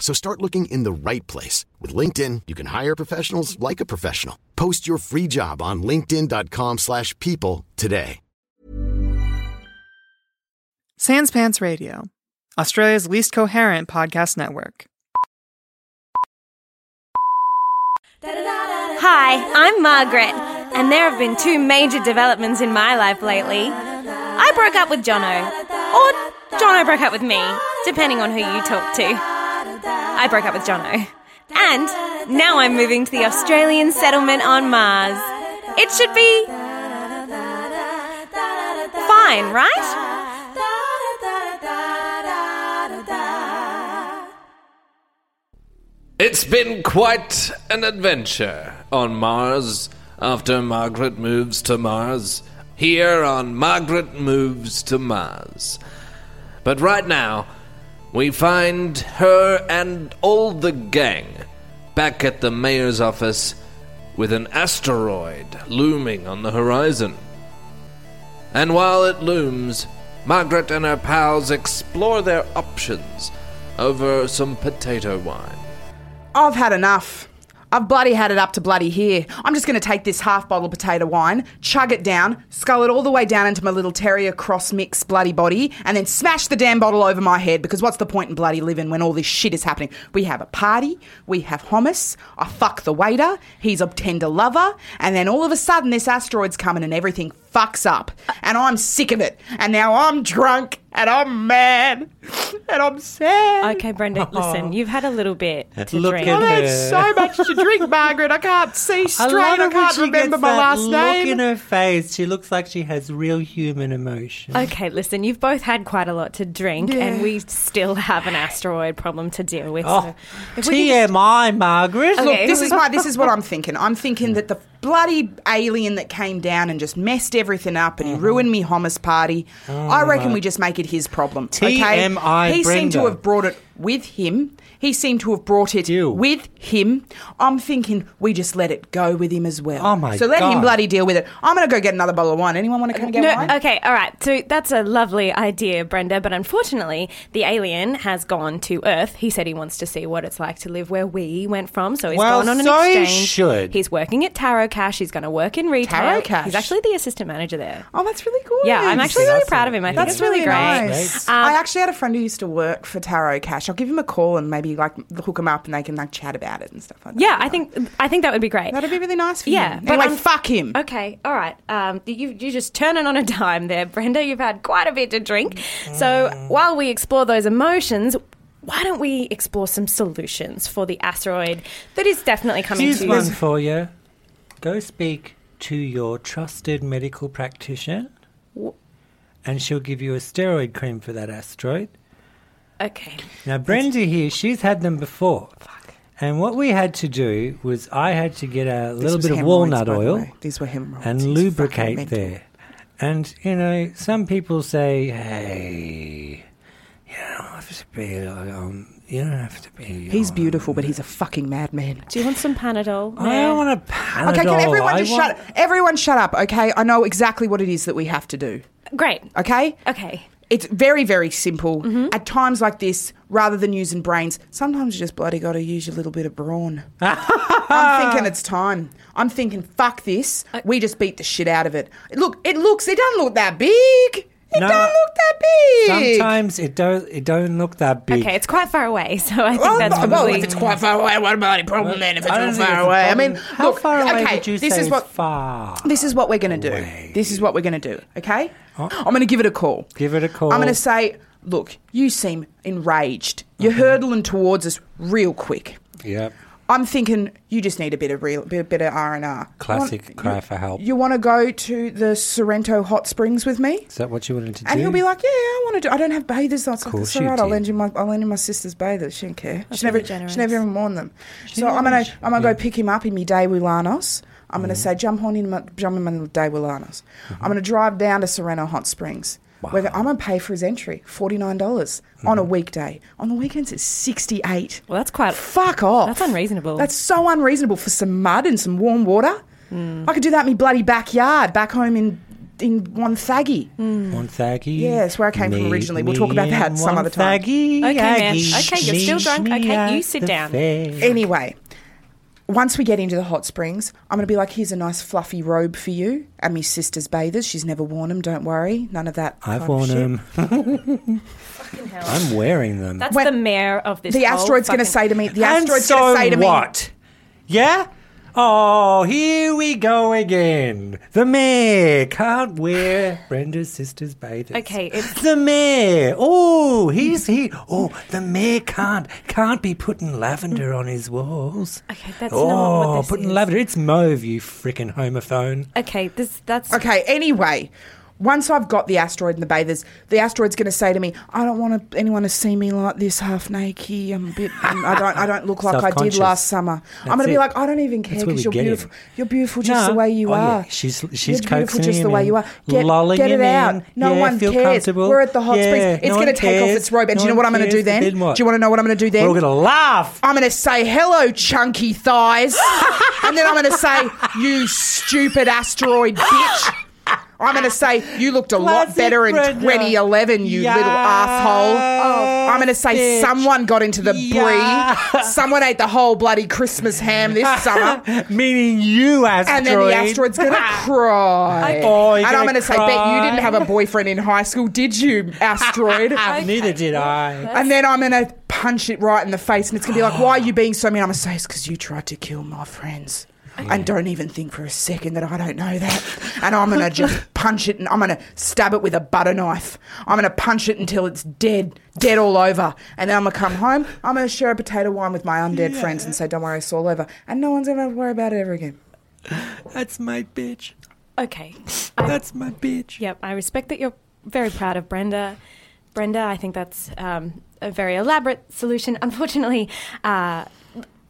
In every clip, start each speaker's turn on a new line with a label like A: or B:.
A: So start looking in the right place. With LinkedIn, you can hire professionals like a professional. Post your free job on linkedin.com slash people today.
B: Sans Pants Radio, Australia's least coherent podcast network.
C: Hi, I'm Margaret, and there have been two major developments in my life lately. I broke up with Jono, or Jono broke up with me, depending on who you talk to. I broke up with Jono. And now I'm moving to the Australian settlement on Mars. It should be. fine, right?
D: It's been quite an adventure on Mars after Margaret moves to Mars. Here on Margaret Moves to Mars. But right now, we find her and all the gang back at the mayor's office with an asteroid looming on the horizon. And while it looms, Margaret and her pals explore their options over some potato wine.
E: I've had enough. I've bloody had it up to bloody here. I'm just going to take this half bottle of potato wine, chug it down, scull it all the way down into my little terrier cross mix bloody body, and then smash the damn bottle over my head because what's the point in bloody living when all this shit is happening? We have a party, we have hummus, I fuck the waiter, he's a tender lover, and then all of a sudden this asteroid's coming and everything fucks up. And I'm sick of it. And now I'm drunk and I'm mad and I'm sad.
C: Okay, Brenda, listen, you've had a little bit to
F: Look
C: drink.
F: at
E: I've had
F: her.
E: so much to drink, Margaret. I can't see straight. I,
F: it when
E: can't
F: she
E: remember
F: gets
E: my
F: that
E: last
F: look
E: name.
F: in her face. She looks like she has real human emotion.
C: Okay, listen, you've both had quite a lot to drink, and we still have an asteroid problem to deal with.
F: Oh,
C: so if we can just-
F: TMI, Margaret.
C: Okay.
E: This is my. This is what I'm thinking. I'm thinking that the bloody alien that came down and just messed everything up
F: Mm-hmm.
E: and he ruined me hummus party.
F: Oh
E: I reckon we just make it his problem.
F: TMI
E: okay? He seemed to
F: Brenda.
E: have brought it with him. He seemed to have brought it
F: Ew.
E: with him. I'm thinking we just let it go with him as well.
F: Oh, my
E: So let him
F: God.
E: bloody deal with it. I'm gonna go get another bottle of wine. Anyone want to come get
C: No,
E: wine?
C: okay, all right. So that's a lovely idea, Brenda, but unfortunately, the alien has gone to Earth. He said he wants to see what it's like to live where we went from, so he's
F: Well,
C: gone on
F: so
C: an
F: he
C: exchange.
F: should.
C: He's working at Tarot Cash. He's going to work in retail.
E: Tarot Cash?
C: He's actually the assistant manager there.
E: Oh, that's really good.
C: Yeah, I'm actually
F: That's
C: really proud of him. I think
F: That's
C: it's really, great. Um,
E: nice.
F: Great.
E: I actually had a friend who used to work for Tarot Cash. I'll give him a call and maybe like hook him up and they can like chat about it and stuff like that.
C: Yeah, I think I think that would be great.
E: that'd be really nice for
C: Yeah,
E: you.
C: but
E: Anyway,
C: I'm-
E: fuck him.
C: Okay, all right. Um, you you just turning on a dime there, Brenda. You've had quite a bit to drink. So while we explore those emotions, why don't we explore some solutions for the asteroid that is definitely coming
F: Here's
C: to
F: one
C: you?
F: for you. Go speak to your trusted medical practitioner, and she'll give you a steroid cream for that asteroid.
C: Okay,
F: Now, Brenda here, she's had them before. And what we had to do was I had to get a
E: This
F: little
E: was
F: bit of
E: hemorrhoids,
F: walnut
E: by the
F: oil
E: way. These were hemorrhoids.
F: and
E: It's fucking
F: lubricate
E: mental.
F: there. And, you know, some people say, hey, you don't have to be, um, you don't have to be.
E: He's beautiful, but he's a fucking madman.
C: do you want some Panadol?
F: I
C: Yeah.
F: don't want to Panadol.
E: Okay, can everyone
F: I
E: just
F: want-
E: shut? Everyone shut up. Okay, I know exactly what it is that we have to do.
C: Great.
E: Okay.
C: Okay.
E: It's very, very simple. At times like this, rather than using brains, sometimes you just bloody got to use your little bit of brawn. I'm thinking it's time. I'm thinking, fuck this. We just beat the shit out of it. Look, it looks, it doesn't look that big.
F: It no,
E: Don't look that big.
F: Sometimes it don't it don't look that big.
C: Okay, it's quite far away, so I think
E: Well,
C: that's
E: well,
C: probably.
E: if it's quite far away, what about the problem then? If it's
F: I
E: not
F: don't think
E: far
F: it's a
E: away, I
F: problem.
E: mean,
F: how
E: look,
F: far away
E: okay,
F: would you
E: this
F: say
E: is what
F: far?
E: this is what we're going to do. This is what we're going to do. Okay, I'm going to give it a call.
F: Give it a call.
E: I'm going to say, look, you seem enraged. You're hurdling towards us real quick.
F: Mm-hmm. Yep.
E: I'm thinking you just need a bit of real, bit, bit of R and R.
F: Classic cry for help.
E: You want to go to the Sorrento Hot Springs with me?
F: Is that what you wanted to do?
E: And he'll be like, "Yeah, I want to do. I don't have bathers. That's like,
F: course
E: it's all
F: you
E: right. I'll
F: do.
E: lend you my. I'll lend you my sister's bathers. She didn't care. She never.
C: generous.
E: She never even worn them. So I'm gonna. I'm gonna go pick him up in my day Willanos. I'm gonna say, jump on in my jump in my little day Willanos.
F: Mm-hmm.
E: I'm gonna drive down to Sereno Hot Springs. Where I'm gonna pay for his entry, forty nine dollars on a
F: Mm-hmm.
E: weekday. On the weekends, it's sixty eight.
C: well, that's quite.
E: Fuck off.
C: That's unreasonable.
E: That's so unreasonable for some mud and some warm water. I could do that in my bloody backyard, back home in in Wonthaggy.
F: Monthaggy.
E: Yeah, it's where I came from
F: meet
E: originally. We'll talk about that
F: me
E: some other time.
F: Monthaggy,
C: Okay, man.
F: Aggie,
C: Okay, you're still
F: meet
C: drunk.
F: me
C: Okay, you
F: at
C: sit
F: the
C: down.
F: fair.
E: Anyway, once we get into the hot springs, I'm going to be like, here's a nice fluffy robe for you. And my sister's bathers. She's never worn them, don't worry. None of that. kind
F: I've
E: of
F: worn
E: shit.
F: them. I'm wearing them.
C: That's
E: When-
C: the mayor of this.
E: The
C: whole
E: asteroid's going to
C: fucking-
E: say to me, the
F: and
E: asteroid's
F: so
E: going to say to me.
F: what? Yeah. Oh, here we go again. The mayor can't wear Brenda's sister's bathers.
C: Okay, it's-
F: the mayor. Oh, he's he. Oh, the mayor can't can't be putting lavender on his walls.
C: Okay, that's
F: oh,
C: not what this
F: putting
C: is.
F: lavender. It's mauve, you frickin' homophone.
C: Okay, this that's
E: Okay, anyway. Once I've got the asteroid and the bathers, the asteroid's going to say to me, "I don't want to- anyone to see me like this, half naked. I'm a bit. I'm- I don't. I don't look like I did
F: Self-conscious.
E: last summer. I'm
F: That's
E: going to be
F: it.
E: like, I don't even care
F: That's where
E: because
F: we
E: you're
F: get him.
E: beautiful. You're beautiful just
F: No.
E: the way you
F: Oh, yeah.
E: are.
F: She's- she's
E: you're beautiful
F: coaxing
E: just the
F: him
E: way
F: in,
E: you are. Get,
F: lolling
E: get it
F: him
E: out.
F: in.
E: No
F: Yeah,
E: one
F: feel
E: cares.
F: comfortable.
E: We're at the hot
F: Yeah,
E: springs. It's
F: no one
E: going to take off
F: cares.
E: its robe. And do you
F: No
E: know what I'm
F: one
E: going to do
F: cares.
E: then?
F: Then what?
E: Do you want to know what I'm going to do then?
F: We're all gonna laugh.
E: I'm going to say, hello, chunky thighs. and then I'm going to say, you stupid asteroid bitch. I'm going to say, you looked a lot
F: Classic
E: better in
F: Brenda.
E: 2011, you
F: Yes,
E: little asshole. I'm going to say,
F: bitch.
E: someone got into the brie.
F: Yeah.
E: Someone ate the whole bloody Christmas ham this summer.
F: Meaning you, asteroid.
E: And then the asteroid's going to cry.
F: Oh, you're
E: and I'm
F: gonna
E: going to say, bet you
F: cry.
E: didn't have a boyfriend in high school, did you, asteroid?
F: Neither did I.
E: And then I'm gonna punch it right in the face, and it's gonna be like, "Why are you being so mean?" I'm gonna say, "It's because you tried to kill my friends." And don't even think for a second that I don't know that. And I'm gonna just punch it, and I'm gonna stab it with a butter knife. I'm gonna punch it until it's dead, dead all over. And then I'm gonna come home. I'm gonna share a potato wine with my undead friends and say, "Don't worry, it's all over." And no one's ever have to worry about it ever again.
F: That's my bitch.
C: okay.
F: That's my bitch.
C: Yep, I respect that you're very proud of Brenda. Brenda, I think that's um, a very elaborate solution. Unfortunately, uh,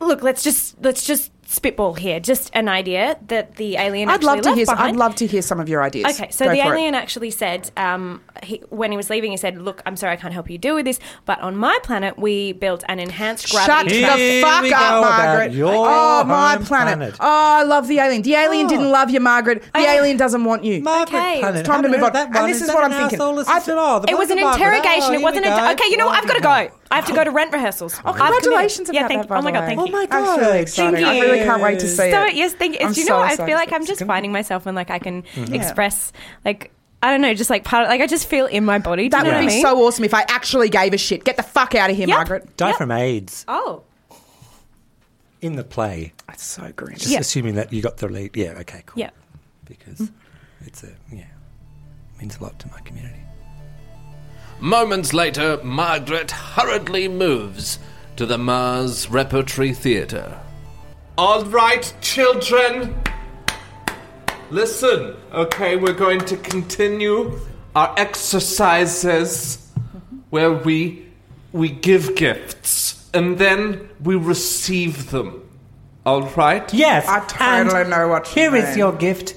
C: look, let's just let's just spitball here. Just an idea that the alien.
E: I'd love
C: actually
E: to
C: left
E: hear.
C: Behind.
E: I'd love to hear some of your ideas.
C: Okay, so
E: Go
C: the
E: for it.
C: alien actually said um, he, when he was leaving, he said, "Look, I'm sorry, I can't help you deal with this, but on my planet, we built an enhanced
E: Shut
C: gravity."
F: Here
E: the
F: we
E: fuck
F: go
E: up,
F: about
E: Margaret.
F: your
E: oh, my
F: home
E: planet.
F: planet.
E: Oh, I love the alien. The alien didn't love you, Margaret. The
C: Oh. I-
E: alien doesn't want you.
C: Okay,
F: Planet,
C: it's
E: time to
F: haven't
E: move
F: heard
E: on.
F: that
E: And
F: one.
E: this
F: Is
E: is
F: that
E: what
F: an
E: I'm thinking.
F: asshole
E: I-
F: assistant? Oh, the
C: it was an
F: Margaret. Oh,
C: interrogation.
F: here
C: it
F: we
C: wasn't.
F: go.
C: A, okay, you know what? I've got to go. I have to go to rent rehearsals.
E: Oh, congratulations
C: Yeah,
E: about
C: thank
E: that, by
C: Oh my
E: the
C: god,
E: way.
C: thank you.
F: my
E: I'm so
F: God.
E: excited.
C: Thank
E: I really can't wait to
F: you.
E: see
C: so
E: it.
C: yes, thank you.
E: I'm
C: Do you
E: so
C: know what? I
E: excited
C: feel like
E: for
C: I'm
E: this.
C: just finding myself and like I can express like I don't know, just like part of like I just feel in my body. Do
E: That
C: you know
E: would
C: what I
E: be
C: mean?
E: so awesome if I actually gave a shit. Get the fuck out of here,
C: Yep.
E: Margaret.
F: Die
C: Yep.
F: from AIDS
C: Oh.
F: in the play.
E: That's so grim.
F: Just
C: Yeah.
F: assuming that you got the lead. Yeah. Okay. Cool.
C: Yeah.
F: Because
E: Mm.
F: it's a yeah means a lot to my community.
D: Moments later, Margaret hurriedly moves to the Mars Repertory Theatre.
G: All right, children. Listen, okay, we're going to continue our exercises where we we give gifts and then we receive them. All right?
F: Yes.
E: I totally
F: and
E: know what you
F: Here is
E: mean.
F: your gift.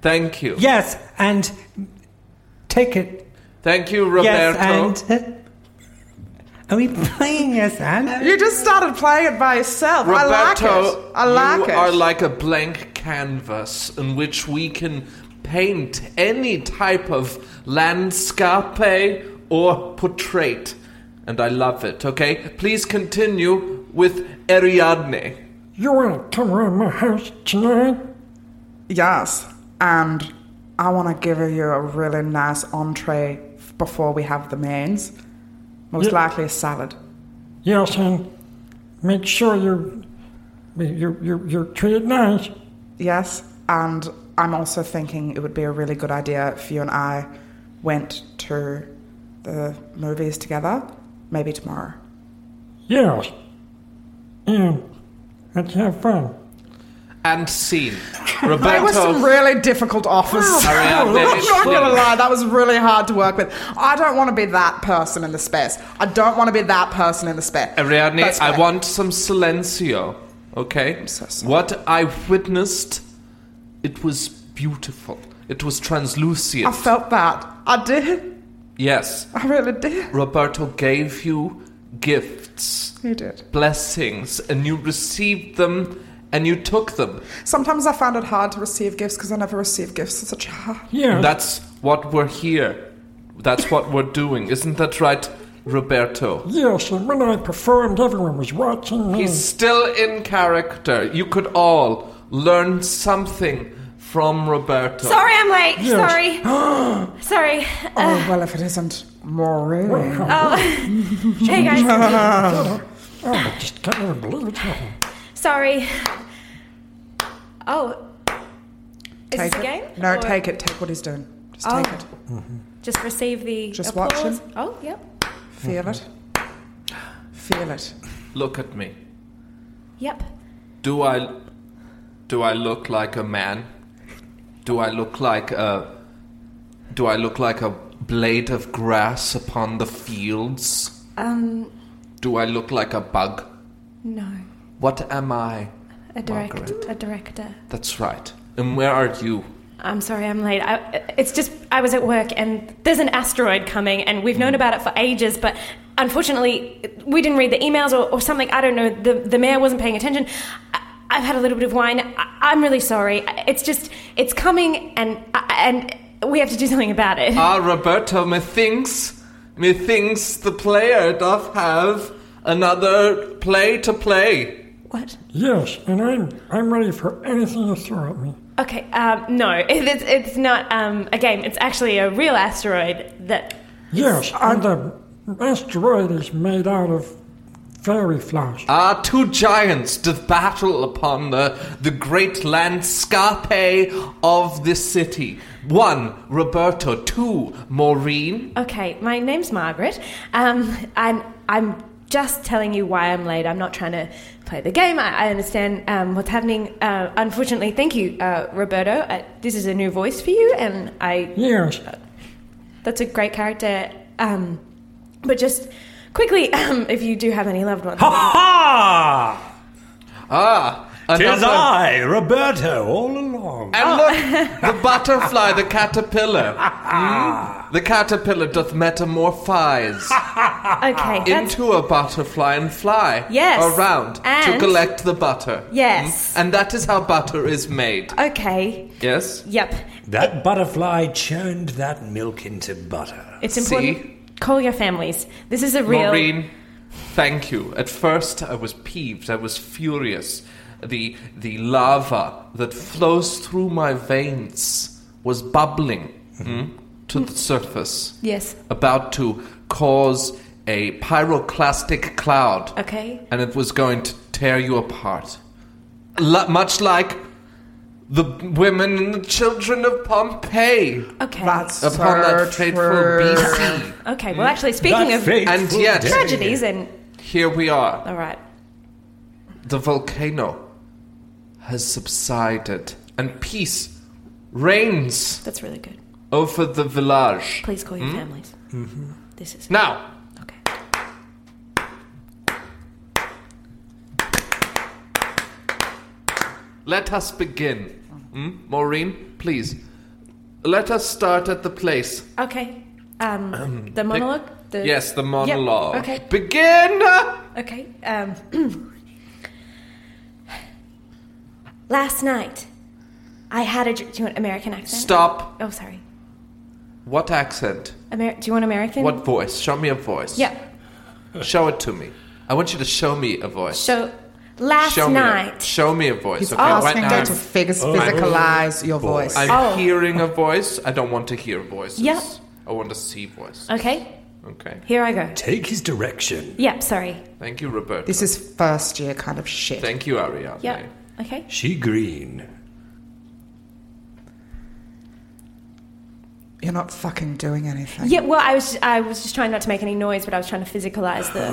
G: Thank you.
F: Yes, and take it.
G: Thank you, Roberto.
F: Yes, and are we playing? Yes, and
E: You just started playing it by yourself.
G: Roberto,
E: I like it. I like
G: you
E: it.
G: are like a blank canvas in which we can paint any type of landscape or portrait. And I love it, okay? Please continue with Ariadne.
H: You will come around my house tonight?
E: yes, and I want to give you a really nice entree f- before we have the mains. Most
H: Yeah.
E: likely a salad.
H: Yes, and make sure you, you, you, you're treated nice.
E: Yes, and I'm also thinking it would be a really good idea if you and I went to the movies together, maybe tomorrow.
H: Yes. And let's have fun.
G: And scene.
E: That was some
G: Roberto.
E: really difficult offers.
G: Hurry up,
E: I'm
G: Dennis,
E: not gonna
G: please.
E: lie, that was really hard to work with. I don't want to be that person in the space. I don't want to be that person in the space.
G: Ariadne,
E: That's
G: I
E: fine.
G: want some silencio. Okay?
E: so sorry.
G: What I witnessed, it was beautiful. It was translucent.
E: I felt that. I did.
G: yes.
E: I really did.
G: Roberto gave you gifts,
E: You did.
G: blessings, and you received them and you took them.
E: Sometimes I found it hard to receive gifts because I never received gifts as a child.
H: Yes.
G: That's what we're here. That's what we're doing. Isn't that right, Roberto?
H: yes, and when I performed, everyone was watching me.
G: He's still in character. You could all learn something from Roberto.
C: Sorry, I'm late. Sorry. Sorry. Uh,
E: Oh, well, if it isn't Maureen.
C: Oh. Hey guys.
H: Oh, I just can't even believe it.
C: Sorry. Oh. Is
E: Take
C: this a
E: it.
C: game?
E: No,
C: Or
E: take it. Take what he's doing. Just
C: Oh.
E: take it.
C: Just receive the
E: Just watch
C: applause.
E: him.
C: Oh, yep.
E: Feel it. Feel it.
G: Look at me.
C: Yep.
G: Do I do I look like a man? Do I look like a do I look like a blade of grass upon the fields?
C: Um,
G: Do I look like a bug?
C: no.
G: What am I?
C: A director.
G: Margaret.
C: A director.
G: That's right. And where are you?
C: I'm sorry, I'm late. I, it's just I was at work and there's an asteroid coming, and we've known about it for ages, but unfortunately, we didn't read the emails or, or something. I don't know. The, the mayor wasn't paying attention. I, I've had a little bit of wine. I, I'm really sorry. It's just it's coming, and and we have to do something about it.
G: Ah, Roberto, methinks, methinks the player doth have another play to play.
C: what?
H: Yes, and I'm, I'm ready for anything you throw at me.
C: Okay. Um, no, it's it's not um, a game. It's actually a real asteroid that.
H: Yes, and the asteroid is made out of fairy flowers.
G: Ah, two giants doth battle upon the, the great landscape of this city. One, Roberto. Two, Maureen.
C: Okay, my name's Margaret. Um, and I'm just telling you why I'm late. I'm not trying to play the game. I, I understand um, what's happening. Uh, unfortunately, thank you, uh, Roberto. Uh, this is a new voice for you, and I uh,
H: Yes,
C: that's a great character. Um, but just quickly, um, if you do have any loved ones,
F: Ha!
G: Ah,
F: Tis
G: another-
F: I, Roberto, all along. Ah.
G: And look, the butterfly, the caterpillar. Hmm? The caterpillar doth metamorphise
C: okay, that's
G: into a butterfly and fly
C: Yes,
G: around to
C: and-
G: collect the butter.
C: Yes.
G: Hmm? And that is how butter is made.
C: okay.
G: Yes?
C: Yep,
F: That butterfly churned that milk into butter.
C: it's important.
G: See?
C: Call your families. This is a real.
G: Maureen, thank you. At first, I was peeved. I was furious. The the lava that flows through my veins was bubbling hmm, to the surface,
C: Yes.
G: about to cause a pyroclastic cloud.
C: Okay.
G: and it was going to tear you apart, L- much like the women and the children of Pompeii
C: Okay.
E: That's
G: upon
E: so
G: that fateful
E: true.
G: BC.
C: okay. Well, actually, speaking of
G: and yet-
C: tragedies and
G: Here we are.
C: all right.
G: The volcano has subsided, and peace reigns
C: That's really good.
G: over the village. Hmm?
C: Please call your families. Mm-hmm. This is
G: Now,
C: okay.
G: Let us begin. Hmm? Maureen, please. Let us start at the place.
C: Okay. Um, the monologue. The,
G: Yes, the
C: Yep,
G: monologue.
C: Okay.
G: Begin!
C: Okay. Um, last night, I had a. dr- Do you want American accent?
G: Stop.
C: Oh, sorry.
G: What accent?
C: Amer- do you want American?
G: What voice? Show me a voice.
C: Yeah.
G: Show it to me. I want you to show me a voice.
C: So, Last
G: Show me.
C: night.
G: A, show me a voice.
E: He's
G: okay, right
E: asking
G: now.
E: you to
G: I'm-
E: phys- physicalize your voice.
G: I'm
C: Oh.
G: hearing a voice. I don't want to hear voices.
C: Yep.
G: I want to see voice.
C: Okay,
G: Okay.
C: here I go.
H: Take his direction.
C: Yep, sorry.
G: Thank you, Roberto.
E: This is first year kind of shit.
G: Thank you, Ariadne.
C: Yep. Okay.
H: She green.
E: You're not fucking doing anything.
C: Yeah, well, I was I was just trying not to make any noise, but I was trying to physicalize the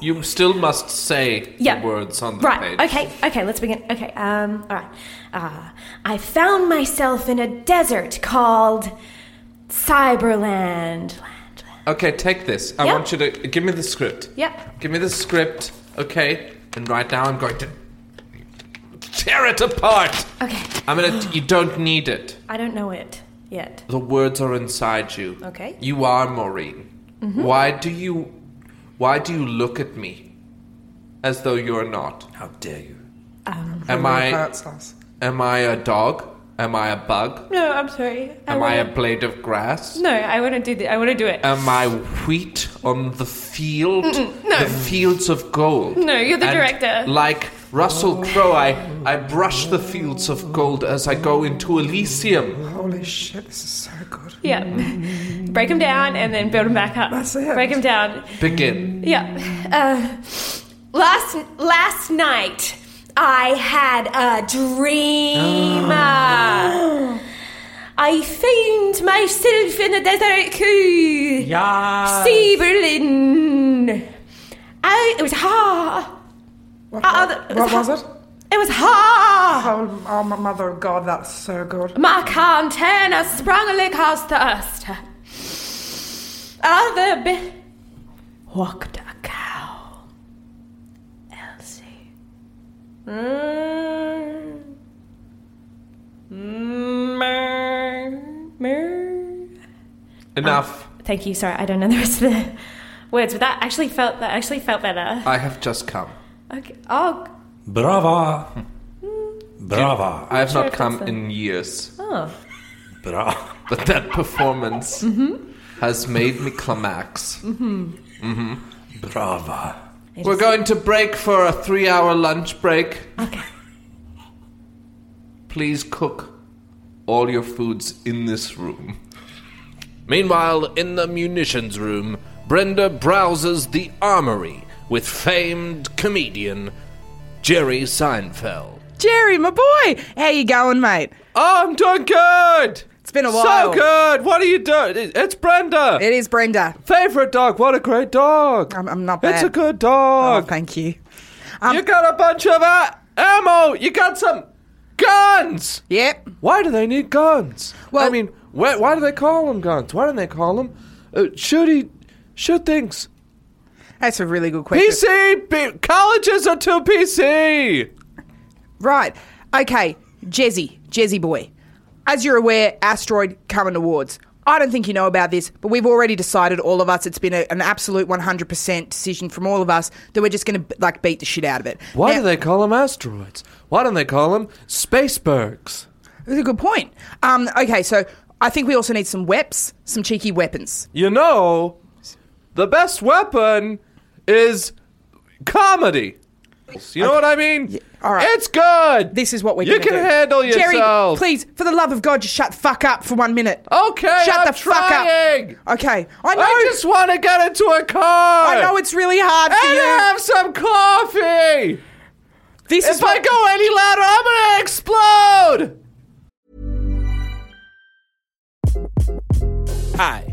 G: You still must say
C: yeah
G: the words on the
C: right.
G: page.
C: Okay, okay, let's begin. Okay, um, all right. Uh, I found myself in a desert called Cyberland. Land, land.
G: Okay, take this. I
C: Yep.
G: want you to give me the script.
C: Yep.
G: Give me the script, okay? And right now I'm going to tear it apart.
C: Okay,
G: I'm gonna. You don't need it.
C: I don't know it yet.
G: The words are inside you.
C: Okay. Mm-hmm.
G: You are Maureen. Why do you? Why do you look at me, as though you're not?
H: How dare you?
G: Am I?
E: Hurts us.
G: Am I a dog? Am I a bug?
C: No, I'm sorry.
G: Am I
C: wanna,
G: a blade of grass?
C: No, I want to do this. I want to do it.
G: Am I wheat on the field? The fields of gold.
C: No, you're the
G: And
C: director.
G: Like Russell Crowe, I, I brush the fields of gold as I go into Elysium.
E: Holy shit, this is so good.
C: yeah.
G: Mm.
C: Break them down and then build them back up.
E: That's it.
C: Break them down.
G: Begin.
C: Yeah. Uh, last last night I had a dream.
E: Ah.
C: Uh, I found myself in a desert coup.
F: Yeah.
C: See Berlin. I, it was ha.
E: What,
C: Uh,
E: what,
C: uh,
E: what was it?
C: It was ha.
E: Oh, oh, my mother of God, that's so good.
C: My container sprang like house to us. Other bi- walked a cow. Elsie. Mm. Mm. Mm.
G: Enough.
C: Thank you. Sorry, I don't know the rest of the words, but that actually felt that actually felt better.
G: I have just come.
C: Okay. Oh.
H: Brava. Brava.
G: I have
C: Mm. Sure,
G: not come
C: that's a-
G: in years.
C: Oh.
H: Brava.
G: But that performance has made me climax.
H: Brava.
G: We're going to break for a three hour lunch break.
C: Okay.
G: Please cook all your foods in this room. Meanwhile, in the munitions room, Brenda browses the armory with famed comedian Jerry Seinfeld.
E: Jerry, my boy, how you going, mate?
G: Oh, I'm doing good! It's
E: been a while.
G: So good! What are you doing? It- It's Brenda!
E: It is Brenda.
G: Favorite dog, what a great dog!
E: I'm- I'm not
G: It's
E: bad.
G: a good
E: Oh,
G: dog!
E: thank you. Um,
G: you got a bunch of uh, ammo! You got some guns!
E: Yep.
G: Why do they need guns?
E: Well-
G: I mean, why, why do they call them guns? Why don't they call them uh, shooty shoot things?
E: That's a really good question.
G: PC P- colleges are too PC.
E: Right. Okay, Jezzy, Jezzy boy. As you're aware, asteroid coming towards. I don't think you know about this, but we've already decided, all of us, it's been a, an absolute 100% decision from all of us that we're just going to like beat the shit out of it.
G: Why
E: Now-
G: do they call them asteroids? Why don't they call them spacebergs?
E: That's a good point. Um, okay, so I think we also need some weps, some cheeky weapons.
G: You know, the best weapon is comedy. You know what I mean?
E: all right.
G: It's good.
E: This is what we're
G: You
E: gonna
G: can
E: do.
G: handle yourself.
E: Jerry, please, for the love of God, just shut the fuck up for one minute.
G: Okay,
E: Shut
G: I'm
E: the fuck up.
G: trying.
E: Okay. I know
G: I just want to get into a car.
E: I know it's really hard for
G: and
E: you.
G: have some coffee.
E: this is
G: If I
E: what,
G: go any louder, I'm gonna explode.
I: Hi,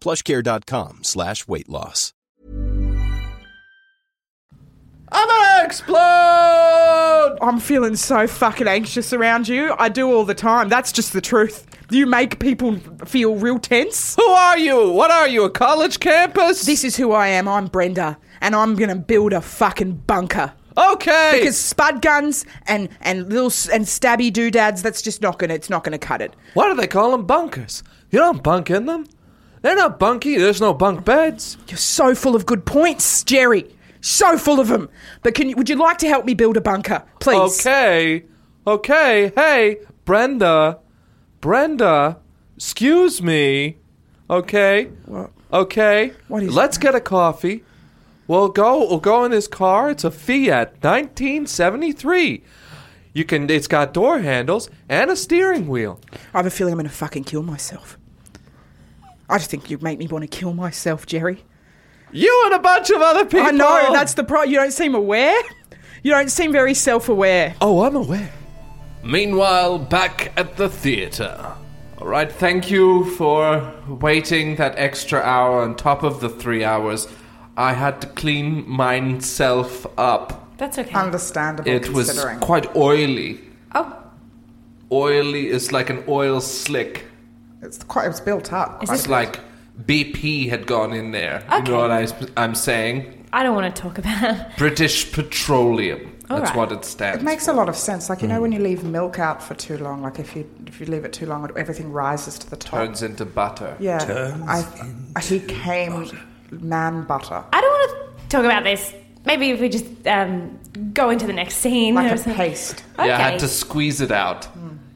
J: plushcare.com slash weight loss.
E: I'm gonna explode! I'm feeling so fucking anxious around you. I do all the time. That's just the truth. You make people feel real tense.
G: Who are you? What are you, a college campus?
E: This is who I am. I'm Brenda, and I'm gonna build a fucking bunker.
G: Okay.
E: Because spud guns and and little s- and stabby doodads, that's just not gonna it's not gonna cut it.
G: Why do they call them bunkers? You don't bunk in them. They're not bunky. There's no bunk beds.
E: You're so full of good points, Jerry. So full of them. But can you, would you like to help me build a bunker, please?
G: Okay. Okay. Hey, Brenda. Brenda. Excuse me. Okay. What? Okay. What is Let's get a coffee. We'll go. We'll go in his car. It's a Fiat 1973. You can. It's got door handles and a steering wheel.
E: I have a feeling I'm gonna fucking kill myself. I just think you make me want to kill myself, Jerry.
G: You and a bunch of other people.
E: I know that's the pro. You don't seem aware. You don't seem very self-aware.
G: Oh, I'm aware.
D: Meanwhile, back at the theater.
G: All right, thank you for waiting that extra hour on top of the three hours. I had to clean myself up.
K: That's okay.
E: Understandable.
G: It was
E: considering.
G: quite oily.
K: Oh.
G: Oily is like an oil slick.
E: It's quite. It was built up.
K: Is
E: quite
K: this-
G: It's like BP had gone in there. You
K: Okay.
G: know what I, am saying?
K: I don't want to talk about.
G: British Petroleum.
K: All
G: That's
K: right.
G: what it stands.
E: It makes a lot of sense. Like you
G: Hmm.
E: know, when you leave milk out for too long, like if you if you leave it too long, it- everything rises to the top.
G: Turns into butter.
E: yeah, I, I, he came man butter,
K: I don't want to talk about this. Maybe if we just um, go into the next scene.
E: like
K: or
E: a
K: something.
E: paste,
K: Okay.
G: Yeah, I had to squeeze it out.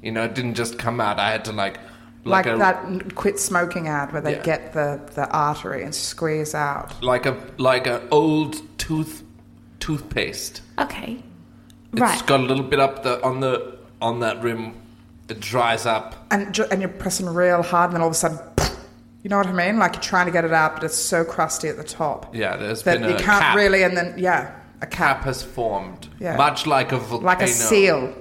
G: You know, it didn't just come out. I had to like,
E: Hmm. like,
G: like, a
E: that n- quit smoking ad where they
G: Yeah.
E: get the the artery and squeeze out.
G: like a like a old tooth toothpaste.
K: Okay.
G: It's
K: Right.
G: got a little bit up the on the on that rim. It dries up.
E: and ju- and you're pressing real hard, and then all of a sudden, you know what I mean? Like you're trying to get it out, but it's so crusty at the top
G: Yeah, there's
E: that
G: been
E: you
G: a
E: can't
G: cap.
E: really. And then yeah, a
G: cap has formed,
E: Yeah.
G: much like a volcano,
E: like a seal,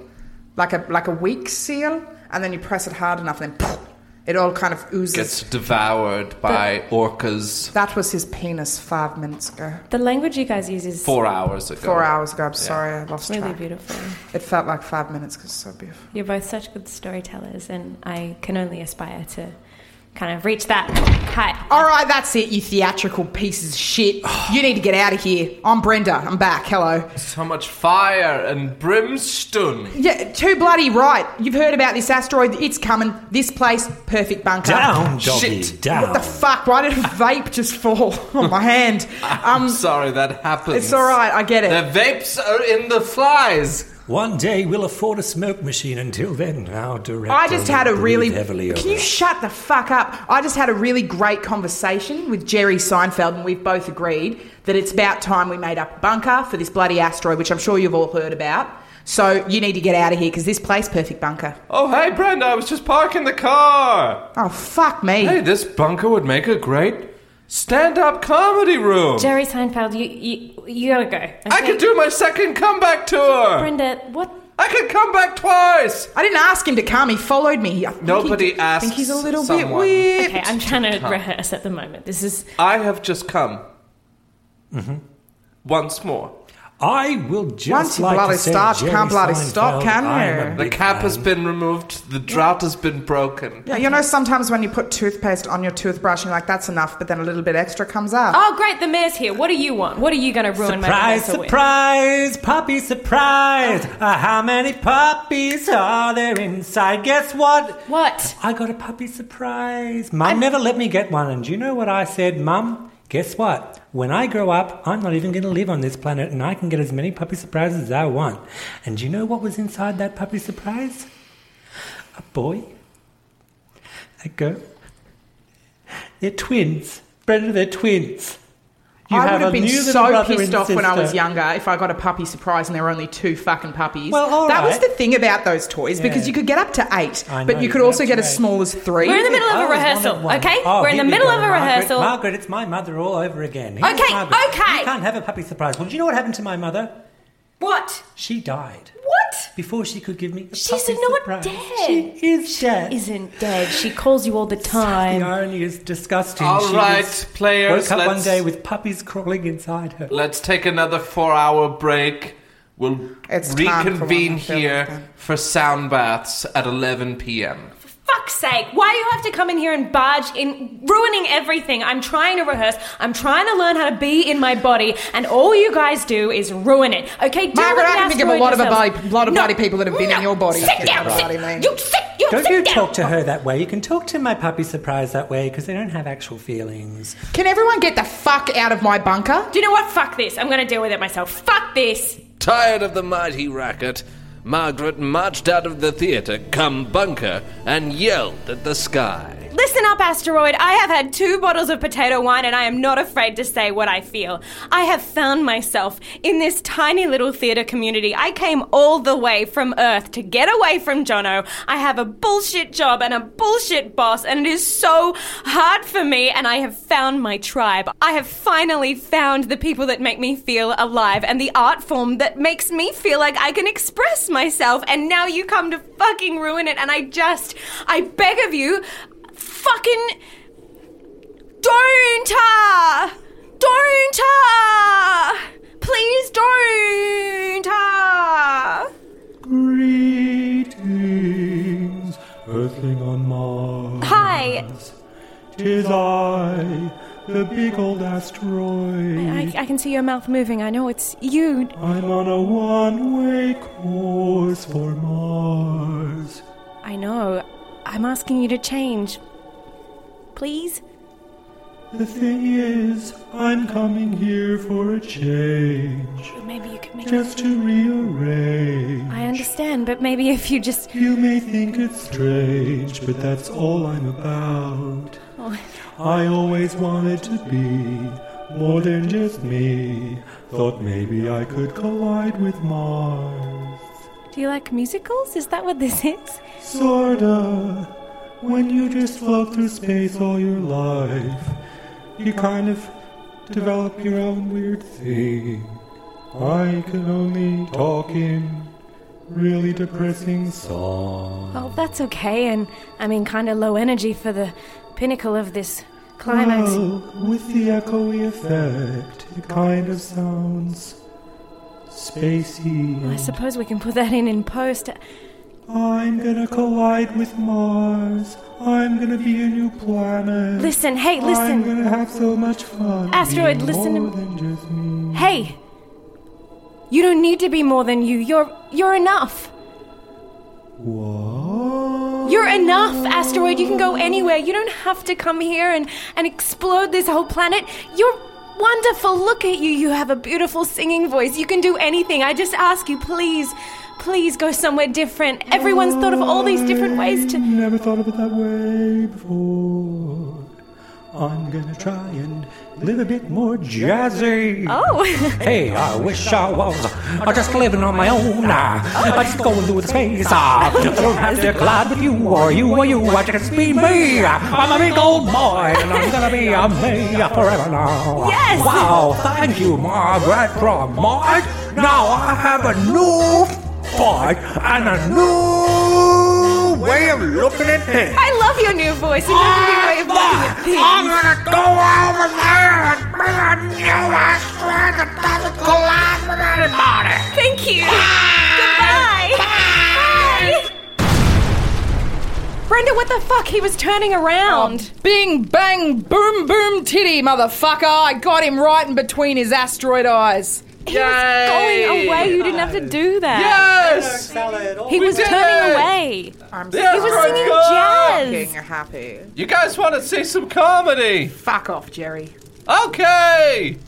E: like a like a weak seal, and then you press it hard enough, and then it all kind of oozes.
G: gets devoured by orcas.
E: that was his penis five minutes ago,
K: The language you guys use is
G: Four hours ago.
E: four hours ago. I'm sorry, I lost
K: It's really
E: track.
K: beautiful.
E: It felt like five minutes because it's so beautiful.
K: You're both such good storytellers, and I can only aspire to kind of reach that height.
E: All right, that's it, you theatrical pieces of shit. You need to get out of here. I'm Brenda. I'm back. Hello.
G: So much fire and brimstone.
E: Yeah, too bloody right. You've heard about this asteroid. It's coming. This place, perfect bunker.
F: Down, doggy,
G: Shit.
F: down.
E: What the fuck? Why did a vape just fall on my hand? Um,
G: I'm sorry that happens.
E: It's all right. I get it.
G: The vapes are in the flies.
F: One day we'll afford a smoke machine. Until then, our director.
E: I just had a
F: will breathe
E: really.
F: heavily
E: Can
F: over.
E: you shut the fuck up? I just had a really great conversation with Jerry Seinfeld, and we've both agreed that it's about time we made up a bunker for this bloody asteroid, which I'm sure you've all heard about. So you need to get out of here because this place, perfect bunker.
G: Oh, hey, Brenda, I was just parking the car.
E: Oh fuck me.
G: Hey, this bunker would make a great stand up comedy room.
K: Jerry Seinfeld, you you, you gotta go. Okay?
G: I could do my second comeback tour.
K: Brenda, what?
G: Oh. I could come back twice.
E: I didn't ask him to come. He followed me. I think he-
G: Nobody
E: I think
G: asks
E: he's a little bit
G: someone.
E: weird.
K: Okay, I'm trying to rehearse at the moment. This is
G: I have just come. Once more.
F: Mm-hmm. I will just
E: Once you
F: like
E: bloody
F: to say
E: start,
F: Jerry
E: can't bloody
F: Seinfeld,
E: stop, can
F: I'm a
E: you?
G: The
F: big
G: cap
F: fan.
G: has been removed. The drought has been broken.
E: Yeah, you know, sometimes when you put toothpaste on your toothbrush, you're like, that's enough, but then a little bit extra comes out.
K: oh great, the mayor's here. What do you want? What are you gonna ruin my
F: Surprise,
K: rehearsal with?
F: surprise, puppy surprise. Uh, how many puppies are there inside? Guess what?
K: What?
F: I got a puppy surprise. Mum never let me get one. And do you know what I said, Mum? Guess what? When I grow up, I'm not even going to live on this planet and I can get as many puppy surprises as I want. And do you know what was inside that puppy surprise? A boy, a girl. They're twins. Brenda, they're twins. You
E: I
F: have
E: would
F: a
E: have been
F: new little
E: so
F: brother
E: pissed
F: and
E: off when I was
F: sister.
E: younger if I got a puppy surprise and there were only two fucking puppies.
F: Well, all
E: that was
F: right.
E: the thing about those toys because
F: Yeah.
E: you could get up to eight,
F: I know,
E: but you
F: you
E: could
F: could
E: also
F: up
E: get
F: to
E: as
F: eight.
E: small as three.
C: We're in the middle
F: Oh,
C: of a rehearsal, okay? We're in
F: here
C: the
F: we
C: middle
F: go,
C: of a
F: Margaret.
C: rehearsal.
F: Margaret, it's my mother all over again. Here's
C: Okay,
F: Margaret.
C: okay.
F: You can't have a puppy surprise. Well, do you know what happened to my mother?
C: What?
F: She died
C: What?
F: before she could give me a
C: She's
F: puppy
C: not
F: surprise.
C: dead.
F: She is dead.
C: Isn't dead. She calls you all the time.
F: The irony is disgusting.
G: All
F: she
G: right,
F: was-
G: players,
F: Woke up one
G: let's-
F: day with puppies crawling inside her.
G: Let's take another four hour break. We'll
F: It's time for one
G: reconvene
F: to fill
G: here for sound baths at 11 p.m.
C: Fuck's sake, why do you have to come in here and barge in, ruining everything? I'm trying to rehearse, I'm trying to learn how to be in my body, and all you guys do is ruin it. Okay, do
E: Margaret,
C: let
E: I
C: the
E: can
C: ass
E: think of a
C: ruin
E: lot of a
C: yourselves.
E: body, lot of
C: No,
E: body people that have been in your body.
C: Sit down,
E: You know
C: sit,
E: what I mean?
C: you sit, you
F: Don't
C: sit
F: you
C: down.
F: talk to her that way. You can talk to my puppy surprise that way because they don't have actual feelings.
E: Can everyone get the fuck out of my bunker?
C: Do you know what? Fuck this. I'm gonna deal with it myself. Fuck this.
D: Tired of the mighty racket, Margaret marched out of the theater, cum bunker, and yelled at the sky.
C: Listen up, asteroid. I have had two bottles of potato wine and I am not afraid to say what I feel. I have found myself in this tiny little theatre community. I came all the way from Earth to get away from Jono. I have a bullshit job and a bullshit boss, and it is so hard for me, and I have found my tribe. I have finally found the people that make me feel alive and the art form that makes me feel like I can express myself, and now you come to fucking ruin it, and I just, I beg of you, fucking don't uh, don't uh, please don't uh.
H: Greetings, Earthling on Mars.
C: hi
H: Tis I, the big old asteroid.
C: I, I can see your mouth moving i know it's you
H: I'm on a one-way course for Mars.
C: i know i'm asking you to change please
H: The thing is, I'm coming here for a change,
C: maybe you can make
H: just to rearrange.
C: i understand but maybe if you just
H: You may think it's strange, but that's all I'm about.
C: oh,
H: I always wanted to be more than just me. Thought maybe I could collide with Mars.
C: do you like musicals is that what this is
H: Sorta. When you just float through space all your life, you kind of develop your own weird thing. I can only talk in really depressing songs.
C: well that's okay and i mean kind of low energy for the pinnacle of this climax
H: Well, with the echoey effect, it kind of sounds spacey.
C: I
H: and
C: suppose we can put that in in post.
H: I'm gonna collide with Mars. I'm gonna be a new planet.
C: Listen, hey, listen.
H: I'm gonna have so much fun.
C: Asteroid,
H: being
C: listen to me.
H: more than just me.
C: Hey, you don't need to be more than you. You're you're enough.
H: What?
C: You're enough, asteroid. You can go anywhere. You don't have to come here and and explode this whole planet. You're wonderful. Look at you. You have a beautiful singing voice. You can do anything. I just ask you, please, please go somewhere different. Everyone's thought of all these different ways
H: I
C: to.
H: Never thought of it that way before. I'm gonna try and live a bit more jazzy.
C: Oh.
H: hey, I wish I was uh, just living on my own. Uh,
C: Oh.
H: I just going through the space. Uh, I don't have to collide with you or you or you. I just be me. Uh, I'm a big old boy and I'm gonna be a me uh, forever now.
C: Yes.
H: Wow, thank you, Margaret from Mars. Now I have a new fight and a new way of looking at things.
C: I love your new voice. It has a new way of looking at things.
H: I'm gonna go over there and be a new asteroid that doesn't collide with anybody.
C: Thank you. Goodbye. Bye. Brenda, what the fuck? He was turning around.
E: Oh, Bing, bang, boom, boom, titty, motherfucker. I got him right in between his asteroid eyes.
C: He was going away. You didn't have to do that.
E: Yes!
C: He
G: We
C: was
G: did
C: turning
G: it.
C: away.
E: I'm
G: Yes,
E: so
G: he was
E: fucking
G: singing
E: fucking
C: jazz.
E: happy.
G: You guys want to see some comedy?
E: Fuck off, Jerry.
G: Okay!